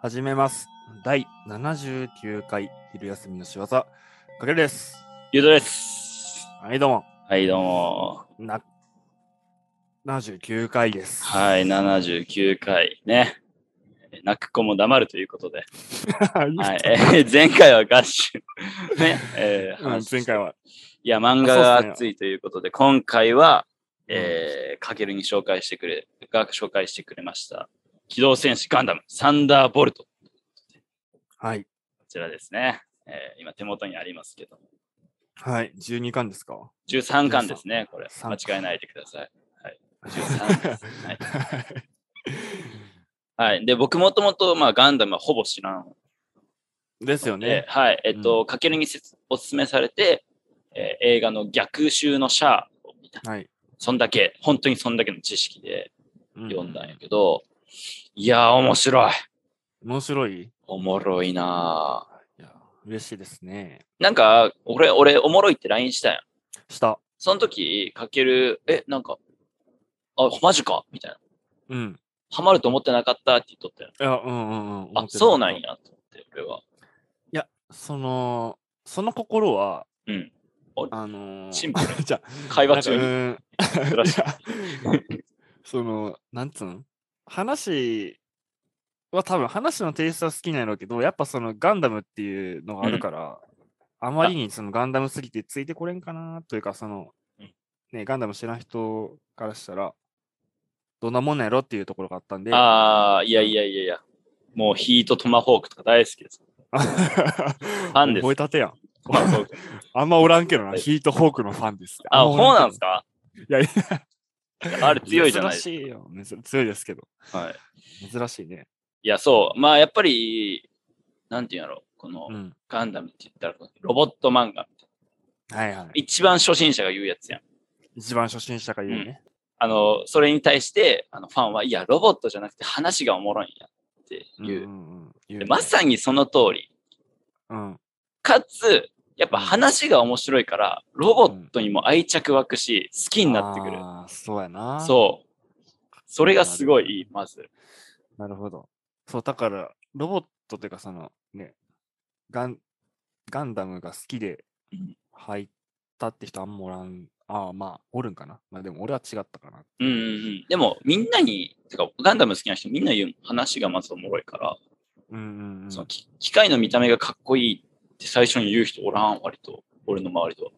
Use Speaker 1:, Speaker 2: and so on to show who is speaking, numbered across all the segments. Speaker 1: 始めます。第79回昼休みの仕業、かけるです。
Speaker 2: ゆうとです。
Speaker 1: はい、どうも。
Speaker 2: はい、どうも。
Speaker 1: な79回です。
Speaker 2: はい、79回ね。え泣く子も黙るということで。
Speaker 1: い。
Speaker 2: はい、えー前回は合宿。ね、えー
Speaker 1: うん
Speaker 2: 話して
Speaker 1: 前回は。
Speaker 2: いや、漫画が熱いということで、今回は、えー、かけるに紹介してくれ、が紹介してくれました。機動戦士ガンダム、サンダーボルト。こ
Speaker 1: はい。
Speaker 2: ちらですね。えー今手元にありますけども。
Speaker 1: はい。12巻ですか
Speaker 2: 13巻ですね、これ。
Speaker 1: 13
Speaker 2: 間違えないでください。 はい。13巻です。はい。はい。で、僕もともと、まあ、ガンダムはほぼ知らんの
Speaker 1: ですよ
Speaker 2: で、
Speaker 1: ね。
Speaker 2: はい。えっと、かけるにせつおすすめされて、えー映画の逆襲のシャアを見た。
Speaker 1: はい。
Speaker 2: そんだけ、本当にそんだけの知識で
Speaker 1: う
Speaker 2: 読んだんやけど、いやー、面白い。
Speaker 1: 面白いい
Speaker 2: おもろいなー
Speaker 1: や、嬉しいですね。
Speaker 2: なんか、俺、俺、おもろいって LINE したやん。
Speaker 1: した。
Speaker 2: その時、かける、え、なんか、あ、マジかみたいな。
Speaker 1: うん。
Speaker 2: ハマると思ってなかったって言っとったやん。
Speaker 1: いや、うんうんうん。思
Speaker 2: あ
Speaker 1: っ、てた
Speaker 2: そうなん。や、と思って、俺は。
Speaker 1: その、その心は、
Speaker 2: うん。
Speaker 1: あのー、
Speaker 2: シンプ ル。
Speaker 1: じゃあ
Speaker 2: 会
Speaker 1: なん
Speaker 2: 話
Speaker 1: か
Speaker 2: 中
Speaker 1: う
Speaker 2: に。
Speaker 1: ーん
Speaker 2: 珍しい。
Speaker 1: その、なんつうの話は多分話のテイストは好きなんやろうけど、やっぱそのガンダムっていうのがあるから、あまりにそのガンダムすぎてついてこれんかなというか、その
Speaker 2: うん、
Speaker 1: ね、ガンダム知らん人からしたら、どんなもんなんやろっていうところがあったんで、
Speaker 2: ああ、いやいやいやいや。もうヒートトマホークとか大好きです。
Speaker 1: フ
Speaker 2: ンです
Speaker 1: 覚えたてやん。
Speaker 2: トマホーク。
Speaker 1: あんまおらんけどな、
Speaker 2: はい
Speaker 1: ヒートホークのファンですって。
Speaker 2: あ、
Speaker 1: ん
Speaker 2: そう
Speaker 1: まおら
Speaker 2: なん
Speaker 1: けど
Speaker 2: んですか
Speaker 1: いやい
Speaker 2: あれ強いじゃないです
Speaker 1: 珍しいよ。珍強いですけど。
Speaker 2: か。はい。
Speaker 1: 珍しいね。
Speaker 2: いや、そう。まあ、やっぱり、なんていうんやろう。この
Speaker 1: うん。
Speaker 2: ガンダムって言ったら、ロボット漫画みたいな。
Speaker 1: はいはい。
Speaker 2: 一番初心者が言うやつやん。
Speaker 1: 一番初心者が言うね。
Speaker 2: あの、それに対して、あの、ファンは、いや、ロボットじゃなくて話がおもろいんやっていう。
Speaker 1: んん言うね
Speaker 2: でまさにその通り。
Speaker 1: うん。
Speaker 2: かつ、やっぱ話が面白いから、ロボットにも愛着湧くし、好きになってくる。
Speaker 1: あーそうやな。
Speaker 2: そう。それがすごいいい、まず。
Speaker 1: う。なるほど。そう、だから、ロボットというか、その、ね、ガン、ガンダムが好きで
Speaker 2: うん
Speaker 1: 入ったって人あんまおらん。ああ、まあ、おるんかな。まあでも、俺は違ったかな。
Speaker 2: うんうんうん。でも、みんなに、てか、ガンダム好きな人みんな言うの話がまずおもろいから、
Speaker 1: うんうんうん。
Speaker 2: そのき機械の見た目がかっこいいって最初に言う人おらん、割と。俺の周りと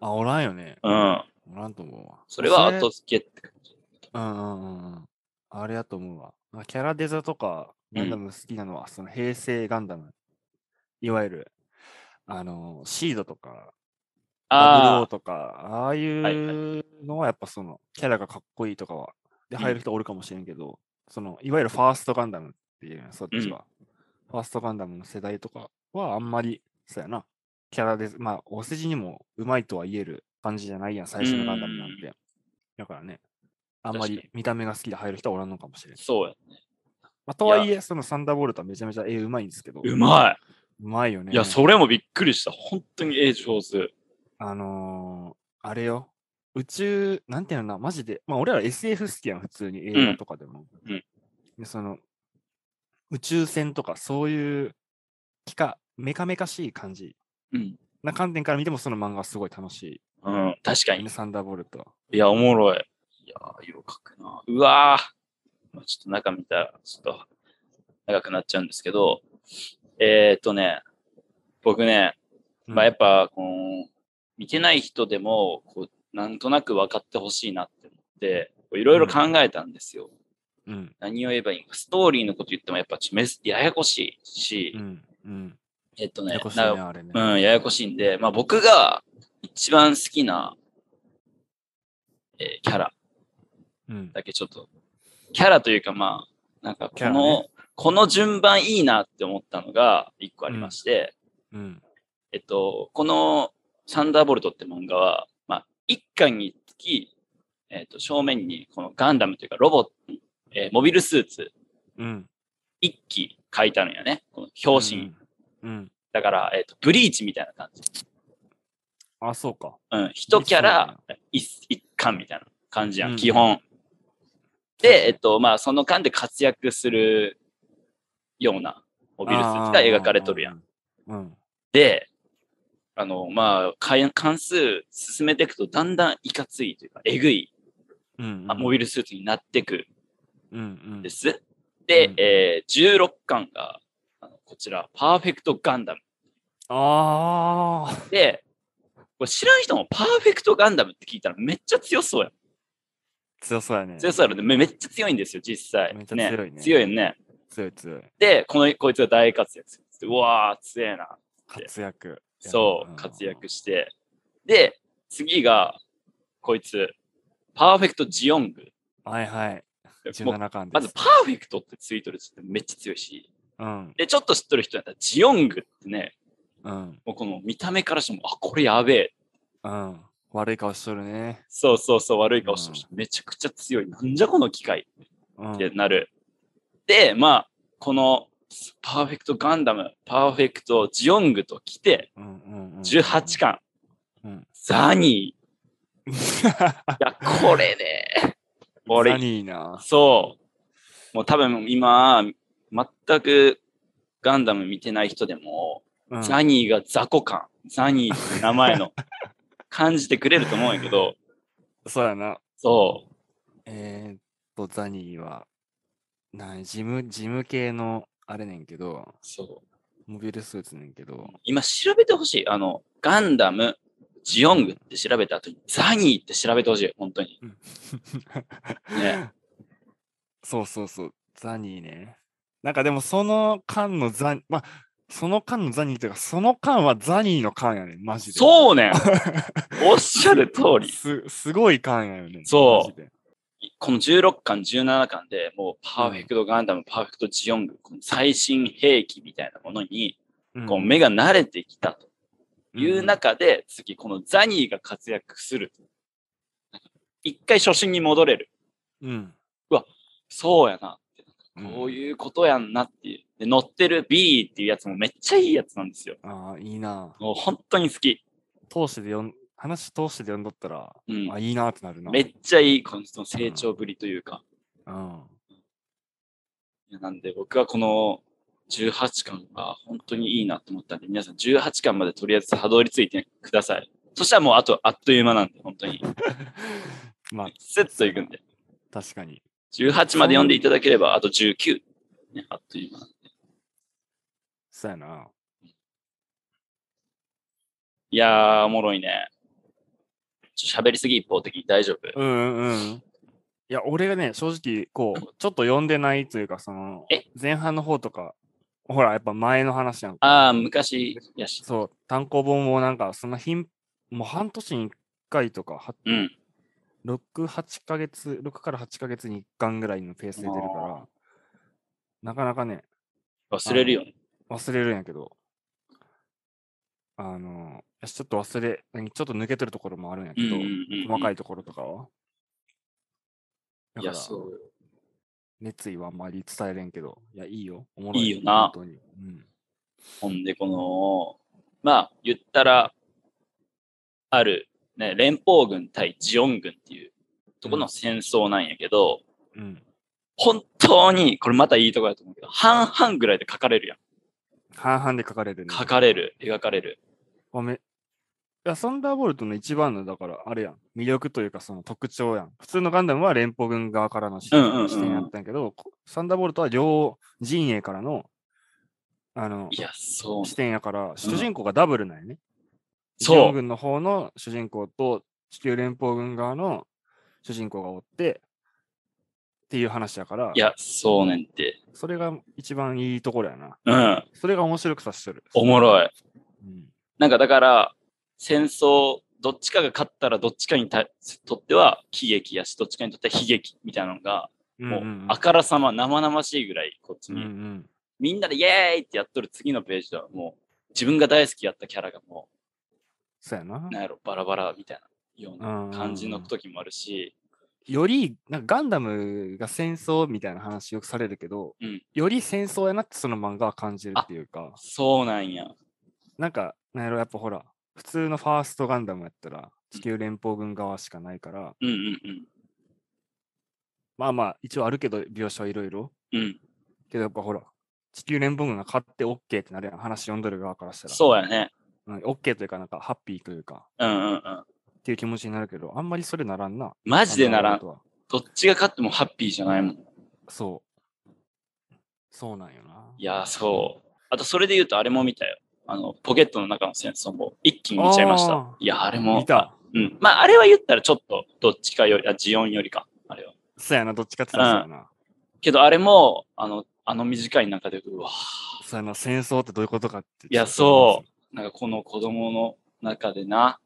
Speaker 1: あ、おらんよね。
Speaker 2: は。うん。
Speaker 1: おらんと思うわ。
Speaker 2: それは後付けって感じ。
Speaker 1: うんうんうんうん。あれやと思うわ。まあキャラデザとか、ガンダム好きなのは、その平成ガンダム。いわゆる、あの、シードとか、
Speaker 2: あ
Speaker 1: WO とか、ああい
Speaker 2: はいは
Speaker 1: うのはやっぱその、キャラがかっこいいとかは、で、
Speaker 2: うん
Speaker 1: 入る人おるかもしれんけど、その、いわゆるファーストガンダムっていうのそっちは、ファーストガンダムの世代とかはあんまり、そうやな、キャラです。まあ、お世辞にもうまいとは言える感じじゃないやん、最初のガンダムなんて。だからね、あんま
Speaker 2: 確か
Speaker 1: り見た目が好きで入る人はおらんのかもしれ
Speaker 2: あ、
Speaker 1: ん。
Speaker 2: そうや。
Speaker 1: まあ、とはいえ、そのサンダーボルトはめちゃめちゃ絵うまいんですけど、
Speaker 2: う
Speaker 1: い。
Speaker 2: ま
Speaker 1: うまいよね。
Speaker 2: い。いや、それもびっくりした。本当に絵上手。
Speaker 1: あのー、あれよ。宇宙、なんていうのかな、マジで。まあ、俺ら SF 好きやん、普通に映画とかでも。
Speaker 2: うん
Speaker 1: でその、宇宙船とか、そういう、機か、メカメカしい感じ
Speaker 2: うん。
Speaker 1: な観点から見ても、その漫画はすごい楽し
Speaker 2: うん、確か
Speaker 1: い。
Speaker 2: に
Speaker 1: ね、。サンダーボルトは。
Speaker 2: いや、おもろい。いやー、よく描くな。うわー。まあ、ちょっと中見たら、ちょっと長くなっちゃうんですけど、えー、っとね、僕ね、
Speaker 1: うん
Speaker 2: まあ、やっぱ、この、見てない人でも、こう、なんとなく分かってほしいなって思って、こういろいろ考えたんですよ。
Speaker 1: うん、
Speaker 2: 何を言えばいいのか。ストーリーのこと言っても、やっぱちょっとメス、ややこしいし、
Speaker 1: うん、うん。
Speaker 2: えっとね
Speaker 1: ややこしいね、
Speaker 2: な
Speaker 1: あれね。
Speaker 2: うん、ややこしいんで、まあ、僕が一番好きな、えーキャラ
Speaker 1: うん。
Speaker 2: だけちょっと、キャラというかまあ、なんかこ
Speaker 1: キャラ
Speaker 2: の、
Speaker 1: ね
Speaker 2: この順番いいなって思ったのが一個ありまして、
Speaker 1: うん。
Speaker 2: えっと、このサンダーボルトって漫画は、まあ、一巻につき、えっと、正面にこのガンダムというかロボット、えーモビルスーツ
Speaker 1: うん。
Speaker 2: 一機書いたのよね。この表紙に。
Speaker 1: うん。うん。
Speaker 2: だから、えっと、ブリーチみたいな感じ。
Speaker 1: あ、そうか。
Speaker 2: うん、一キャラ一一巻みたいな感じやん、基本。で、えっと、まあ、その間で活躍するようなモビルスーツが描かれとるやん。
Speaker 1: ん。うん。
Speaker 2: で、あの、まあ、かい関数進めていくと、だんだんいかついというか、えぐい、
Speaker 1: うん。
Speaker 2: あモビルスーツになってく
Speaker 1: ル。うんうん。
Speaker 2: んです。で、
Speaker 1: うん
Speaker 2: えー16巻が、あのこちら、パーフェクトガンダム。
Speaker 1: ああ。
Speaker 2: で、これ知らん人もパーフェクトガンダムって聞いたらめっちゃ強そうやん。
Speaker 1: 強そうやね。
Speaker 2: 強そうやろね。めめっちゃ強いんですよ、実際。
Speaker 1: めっちゃ強いね
Speaker 2: 強いよね。
Speaker 1: 強い強い。
Speaker 2: で、この、こいつが大活躍するんです。うわー、強えな。
Speaker 1: 活躍。
Speaker 2: そう、活躍
Speaker 1: し
Speaker 2: して。で、次が、こいつ、パーフェクトジオング。
Speaker 1: はいはい。
Speaker 2: もう
Speaker 1: 17巻です。
Speaker 2: まず、パーフェクトってツイートでめっちゃ強いし。
Speaker 1: うん。
Speaker 2: で、ちょっと知っとる人やったら、ジオングってね、
Speaker 1: うん。
Speaker 2: もうこの見た目からしても、あ、これやべえ。
Speaker 1: うん。悪い顔しとるね。
Speaker 2: そうそうそう、悪い顔してるし、めちゃくちゃ強い。なんじゃこの機械
Speaker 1: うん。
Speaker 2: ってなる。で、まあ、この、パーフェクトガンダム、パーフェクトジオングと来て、
Speaker 1: うんうんうん、
Speaker 2: 18巻、
Speaker 1: うん
Speaker 2: ザニー。いや、これね、俺
Speaker 1: ザニーな。
Speaker 2: そう。もう多分今、全くガンダム見てない人でも、
Speaker 1: うん
Speaker 2: ザニーが雑魚感、ザニーって名 前の感じてくれると思うんやけど、
Speaker 1: そうやな。
Speaker 2: そ
Speaker 1: えー、っと、ザニーは、なん事務、事務系のあれねんけど
Speaker 2: う、、そ
Speaker 1: モビルスーツねんけど
Speaker 2: う。、今調べてほしい。あの、ガンダム、ジオングって調べた後に、ザニーって調べてほしい。本当に。 ね
Speaker 1: そうそうそう、ザニーね。なんかでもその間のザニー、まあ、その間のザニーというか、その間はザニーの間やねん、マジで。う
Speaker 2: そうねんおっしゃる通り。
Speaker 1: すすごい間やよね。
Speaker 2: そう
Speaker 1: マジで
Speaker 2: この16巻、17巻でもうパーフェクトガンダム、パーフェクトジオング、この最新兵器みたいなものに、
Speaker 1: うん
Speaker 2: こう目が慣れてきたとい
Speaker 1: うん
Speaker 2: う中で、次このザニーが活躍する。一回初心に戻れる。
Speaker 1: うん。
Speaker 2: そうやなって。
Speaker 1: ん
Speaker 2: こういうことやんなっていう。で乗ってる B っていうやつもめっちゃいいやつなんですよ。
Speaker 1: ああ、いいな。
Speaker 2: もう本当に好き。
Speaker 1: 通してで読ん、話通してで読んどったら、
Speaker 2: うん。
Speaker 1: あ、いいなってなるな。
Speaker 2: めっちゃいい、この人の成長ぶりというか。
Speaker 1: うん。
Speaker 2: なんで僕はこの18巻が本当にいいなと思ったんで、皆さん18巻までとりあえずたどり着いてください。そしたらもうあとあっという間なんで、本当に。
Speaker 1: まあ、
Speaker 2: スッといくんで。
Speaker 1: 確かに。
Speaker 2: 18まで読んでいただければ、あと19。ね、あっという間。
Speaker 1: そうやな。
Speaker 2: いやー、おもろいね。ちょっと喋りすぎ一方的に大丈夫。
Speaker 1: うんうんうん。いや、俺がね、正直、こう、ちょっと読んでないというか、その
Speaker 2: え、
Speaker 1: 前半の方とか、ほら、やっぱ前の話なんか、
Speaker 2: あー、昔やし。
Speaker 1: そう、単行本もなんか、そんな頻、もう半年に1回とか、は
Speaker 2: うん。
Speaker 1: 6、8ヶ月、6から8ヶ月に1巻ぐらいのペースで出るから、なかなかね、
Speaker 2: 忘れるよね。
Speaker 1: 忘れるんやけど、あの、よしちょっと忘れ、何ちょっと抜けてるところもあるんや
Speaker 2: う
Speaker 1: け
Speaker 2: んうん
Speaker 1: ど、
Speaker 2: うんうん。
Speaker 1: 細かい
Speaker 2: い。
Speaker 1: ところとかは。だ
Speaker 2: い
Speaker 1: か
Speaker 2: や、
Speaker 1: ら、
Speaker 2: そうよ。
Speaker 1: 熱意はあんまり伝えれんけど、いや、いいよ。おも
Speaker 2: いいよな
Speaker 1: 本当に。うん。
Speaker 2: ほんで、この、まあ、言ったら、ある、ね、連邦軍対ジオン軍っていうとこの戦争なんやけど、
Speaker 1: うん。
Speaker 2: 本当に、これまたいいとこだと思うけど、半々ぐらいで書かれるやん。
Speaker 1: 半々で書かれるね。
Speaker 2: 書かれる、描かれる。
Speaker 1: ごめん。いや、サンダーボルトの一番の、だから、あれやん。魅力というか、その特徴やん。普通のガンダムは連邦軍側からの視
Speaker 2: うんうんうんうん
Speaker 1: 視点やったんやけど、こサンダーボルトは両陣営からの、あの
Speaker 2: い、や、そう。
Speaker 1: 視点やから、主人公がダブルなんやね。
Speaker 2: そう
Speaker 1: ジオン軍の方の主人公と、地球連邦軍側の主人公がおって、っていう話やから、
Speaker 2: いや、そうねんって。
Speaker 1: それが一番いいところやな。
Speaker 2: うん。
Speaker 1: それが面白くさせてる。
Speaker 2: おもろい。
Speaker 1: うん
Speaker 2: なんかだから、戦争、どっちかが勝ったらどっちかにたとっては喜劇やし、どっちかにとっては悲劇みたいなのが、もうあからさま生々しいぐらいこっち
Speaker 1: うんう
Speaker 2: に、
Speaker 1: ん
Speaker 2: みんなでイエーイってやっとる次のページではもう自分が大好きやったキャラがも
Speaker 1: そうやな
Speaker 2: う、。なんやろ、バラバラみたいなよう
Speaker 1: うんうんう
Speaker 2: なん感じの時もあるし、
Speaker 1: より、なんかガンダムが戦争みたいな話よくされるけど、
Speaker 2: うん
Speaker 1: より戦争やなってその漫画は感じるっていうか、
Speaker 2: そうなんや。
Speaker 1: なんか、なんやろ、やっぱほら、普通のファーストガンダムやったら、地球連邦軍側しかないから、
Speaker 2: うんうんうん。
Speaker 1: まあまあ、一応あるけど、描写はいろいろ。
Speaker 2: うん。
Speaker 1: けどやっぱほら、地球連邦軍が勝って OK ってなるやん、話読んどる側からしたら。
Speaker 2: そうやね。
Speaker 1: うん、OK というか、なんか、ハッピーというか、
Speaker 2: うんうんうん。
Speaker 1: っていう気持ちになるけど、あんまりそれならんな。
Speaker 2: マジでなら
Speaker 1: あの
Speaker 2: ん。
Speaker 1: あとは
Speaker 2: どっちが勝ってもハッピーじゃないもん。
Speaker 1: そう。そうなんよな。
Speaker 2: いやー、そう。あと、それで言うと、あれも見たよ。あの、ポケットの中の戦争も一気に見ちゃいまし
Speaker 1: あ
Speaker 2: た
Speaker 1: ー。
Speaker 2: いや、あれも。
Speaker 1: 見た。
Speaker 2: うん。まあ、あれは言ったらちょっと、どっちかより、あ、ジオンよりか。あれは。
Speaker 1: そうやな、どっちかって言ったらそうやな。
Speaker 2: けど、あれも、あの、あの短い中で、うわ
Speaker 1: そうやな、戦争ってどういうことかって。
Speaker 2: いやそうーなんかこの子供の中でな。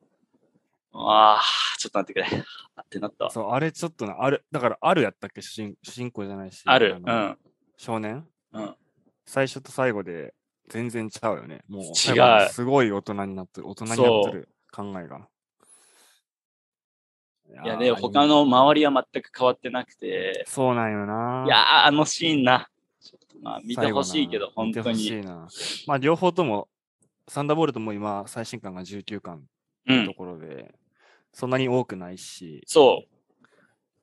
Speaker 2: ああ、ちょっと待ってくれ。あってなったわ。
Speaker 1: そう、あれちょっとな、ある、だからあるやったっけ、主人主人公じゃないし。
Speaker 2: ある。う
Speaker 1: の
Speaker 2: ん。
Speaker 1: 少年
Speaker 2: うん。
Speaker 1: 最初と最後で全然違うよね。もう、
Speaker 2: 違う
Speaker 1: 最後すごい大人になってる、大人になってる考えが。
Speaker 2: いや、
Speaker 1: ー
Speaker 2: で、他。の周りは全く変わってなくて。
Speaker 1: そうなんよな。
Speaker 2: いやー、あのシーンな。ちょっとまあ、見てほしいけど、
Speaker 1: 最後な
Speaker 2: 本当
Speaker 1: 見て
Speaker 2: に。
Speaker 1: ほしいな。まあ、両方とも、サンダーボルトも今、最新巻が19巻
Speaker 2: う
Speaker 1: のと
Speaker 2: ん。
Speaker 1: ころで、そんなに多くないし、
Speaker 2: そう。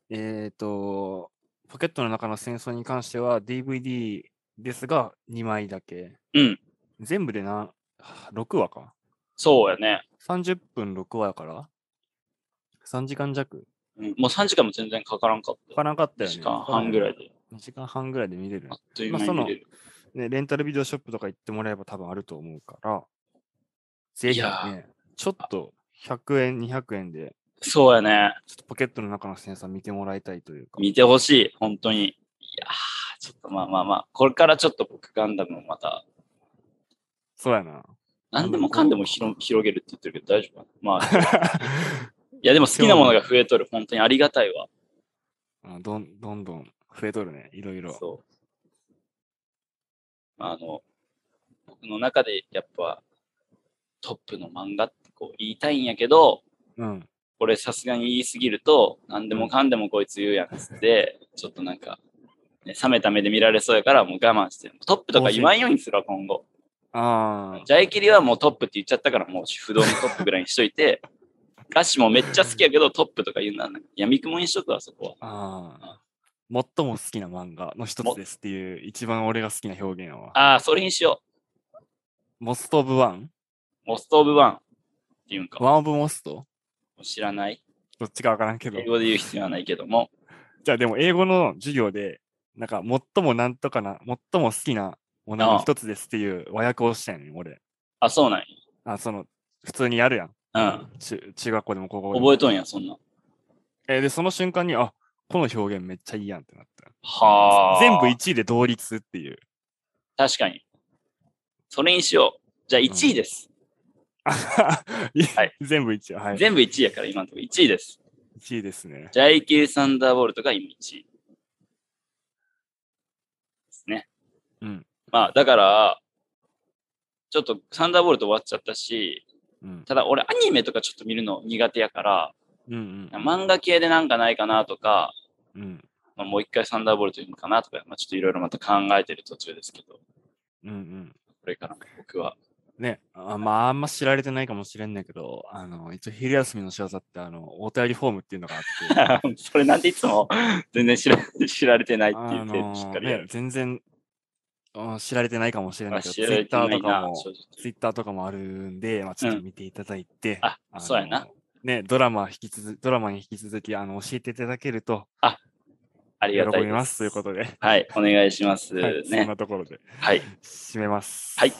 Speaker 1: えっ、と、ポケットの中の戦争に関しては DVD ですが2枚だけ。
Speaker 2: うん。
Speaker 1: 全部でな6話か。
Speaker 2: そうやね。
Speaker 1: 30分6話やから、3時間弱
Speaker 2: うん、もう3時間も全然かからんかっ
Speaker 1: か
Speaker 2: た。
Speaker 1: かなかったよね。
Speaker 2: 2時間半ぐらいで。
Speaker 1: 2時間半ぐらいで見れる
Speaker 2: あっ。という
Speaker 1: ま
Speaker 2: 間
Speaker 1: あ
Speaker 2: に
Speaker 1: その
Speaker 2: 見れる。
Speaker 1: ね、レンタルビデオショップとか行ってもらえば多分あると思うから、ぜひ
Speaker 2: いや
Speaker 1: ね、ちょっと100円、200円で、
Speaker 2: そうやね。
Speaker 1: ちょっとポケットの中のセンサー見てもらいたいというか。
Speaker 2: 見てほしい。本当に。いやー、ちょっとまあまあまあ。これからちょっと僕ガンダムをまた、
Speaker 1: そうやな。
Speaker 2: 何でもかんでも広広げるって言ってるけど大丈夫かなまあ、いやでも好きなものが増えとる。本当にありがたいわ。
Speaker 1: うんどんどんどん増えとるね、いろいろ。
Speaker 2: そう。あの、僕の中でやっぱトップの漫画ってこう言いたいんやけど、
Speaker 1: うん。
Speaker 2: これさすがに言いすぎると、何でもかんでもこいつ言うやんっつって、ちょっとなんか、ね、冷めた目で見られそうやからもう我慢してる、トップとか言わんようにするわ、今後。
Speaker 1: ああ。
Speaker 2: ジャイキリはもうトップって言っちゃったから、もう不動のトップぐらいにしとい て、ガシもめっちゃ好きやけど、トップとか言うなら、闇雲にしとくわ、そこは。
Speaker 1: ああ。最も好きな漫画の一つですっていう、一番俺が好きな表現は。
Speaker 2: ああ、それにしよ
Speaker 1: モスト・オブ・ワン
Speaker 2: う。モストオブワンっていうんか、
Speaker 1: ワン・オブ・モスト
Speaker 2: 知らない。
Speaker 1: どっちかわからんけど
Speaker 2: 英。語で言う必要はないけども、
Speaker 1: じゃあでも英語の授業で、なんか最もなんとかな、最も好きなものの一つですっていう和訳をしたんよね、俺。
Speaker 2: あ、そうなん
Speaker 1: あ、その、普通にやるやん。
Speaker 2: や。
Speaker 1: 中中学校でも高校
Speaker 2: うん。
Speaker 1: でも。
Speaker 2: 覚えとんや、そんなん。
Speaker 1: えーで、その瞬間に、あ、この表現めっちゃいいやんってなった。
Speaker 2: はあ。
Speaker 1: 全部1位で同率っていう。
Speaker 2: 確かに。それにしよう。じゃあ1位です。い
Speaker 1: 全部1位。はい。
Speaker 2: 全部1位やから、今のところ1位です。
Speaker 1: 1位ですね。
Speaker 2: ジャイキーサンダーボルトが今1位。ですね。
Speaker 1: うん。
Speaker 2: まあ、だから、ちょっとサンダーボルト終わっちゃったし、
Speaker 1: うん。
Speaker 2: ただ俺アニメとかちょっと見るの苦手やから、
Speaker 1: うん
Speaker 2: 漫画系でなんかないかなとか、
Speaker 1: うん。うん。
Speaker 2: まあ、もう一回サンダーボルト読むかなとか、まあ、ちょっといろいろまた考えてる途中ですけど、こ
Speaker 1: うんうん。
Speaker 2: れから僕は。
Speaker 1: ね、あまあ、あんま知られてないかもしれんねんけど、あの、一応昼休みの仕業って、あの、お便りフォームっていうのがあ って、
Speaker 2: それなんでいつも全然知ら 知られてないっていう手でしっかりや
Speaker 1: ね
Speaker 2: る。、
Speaker 1: 全然、うん知られてないかもしれな
Speaker 2: まあ
Speaker 1: いけど、
Speaker 2: 知
Speaker 1: ツイ
Speaker 2: られ
Speaker 1: ッ
Speaker 2: て
Speaker 1: ター
Speaker 2: な
Speaker 1: と
Speaker 2: い
Speaker 1: か
Speaker 2: な、
Speaker 1: も、
Speaker 2: 正直。
Speaker 1: ツイッターとかもあるんで、まあ、ちょっと見ていただいて、
Speaker 2: あ、
Speaker 1: あ
Speaker 2: そうやな
Speaker 1: の。。ね、ドラマ引き続ドラマに引き続きあの教えていただけると
Speaker 2: あり
Speaker 1: 喜
Speaker 2: がたい
Speaker 1: び
Speaker 2: です。
Speaker 1: ますということで、
Speaker 2: はい、お願いします。
Speaker 1: はい、そん
Speaker 2: ね。
Speaker 1: なところで
Speaker 2: はい。
Speaker 1: 締めます。
Speaker 2: はい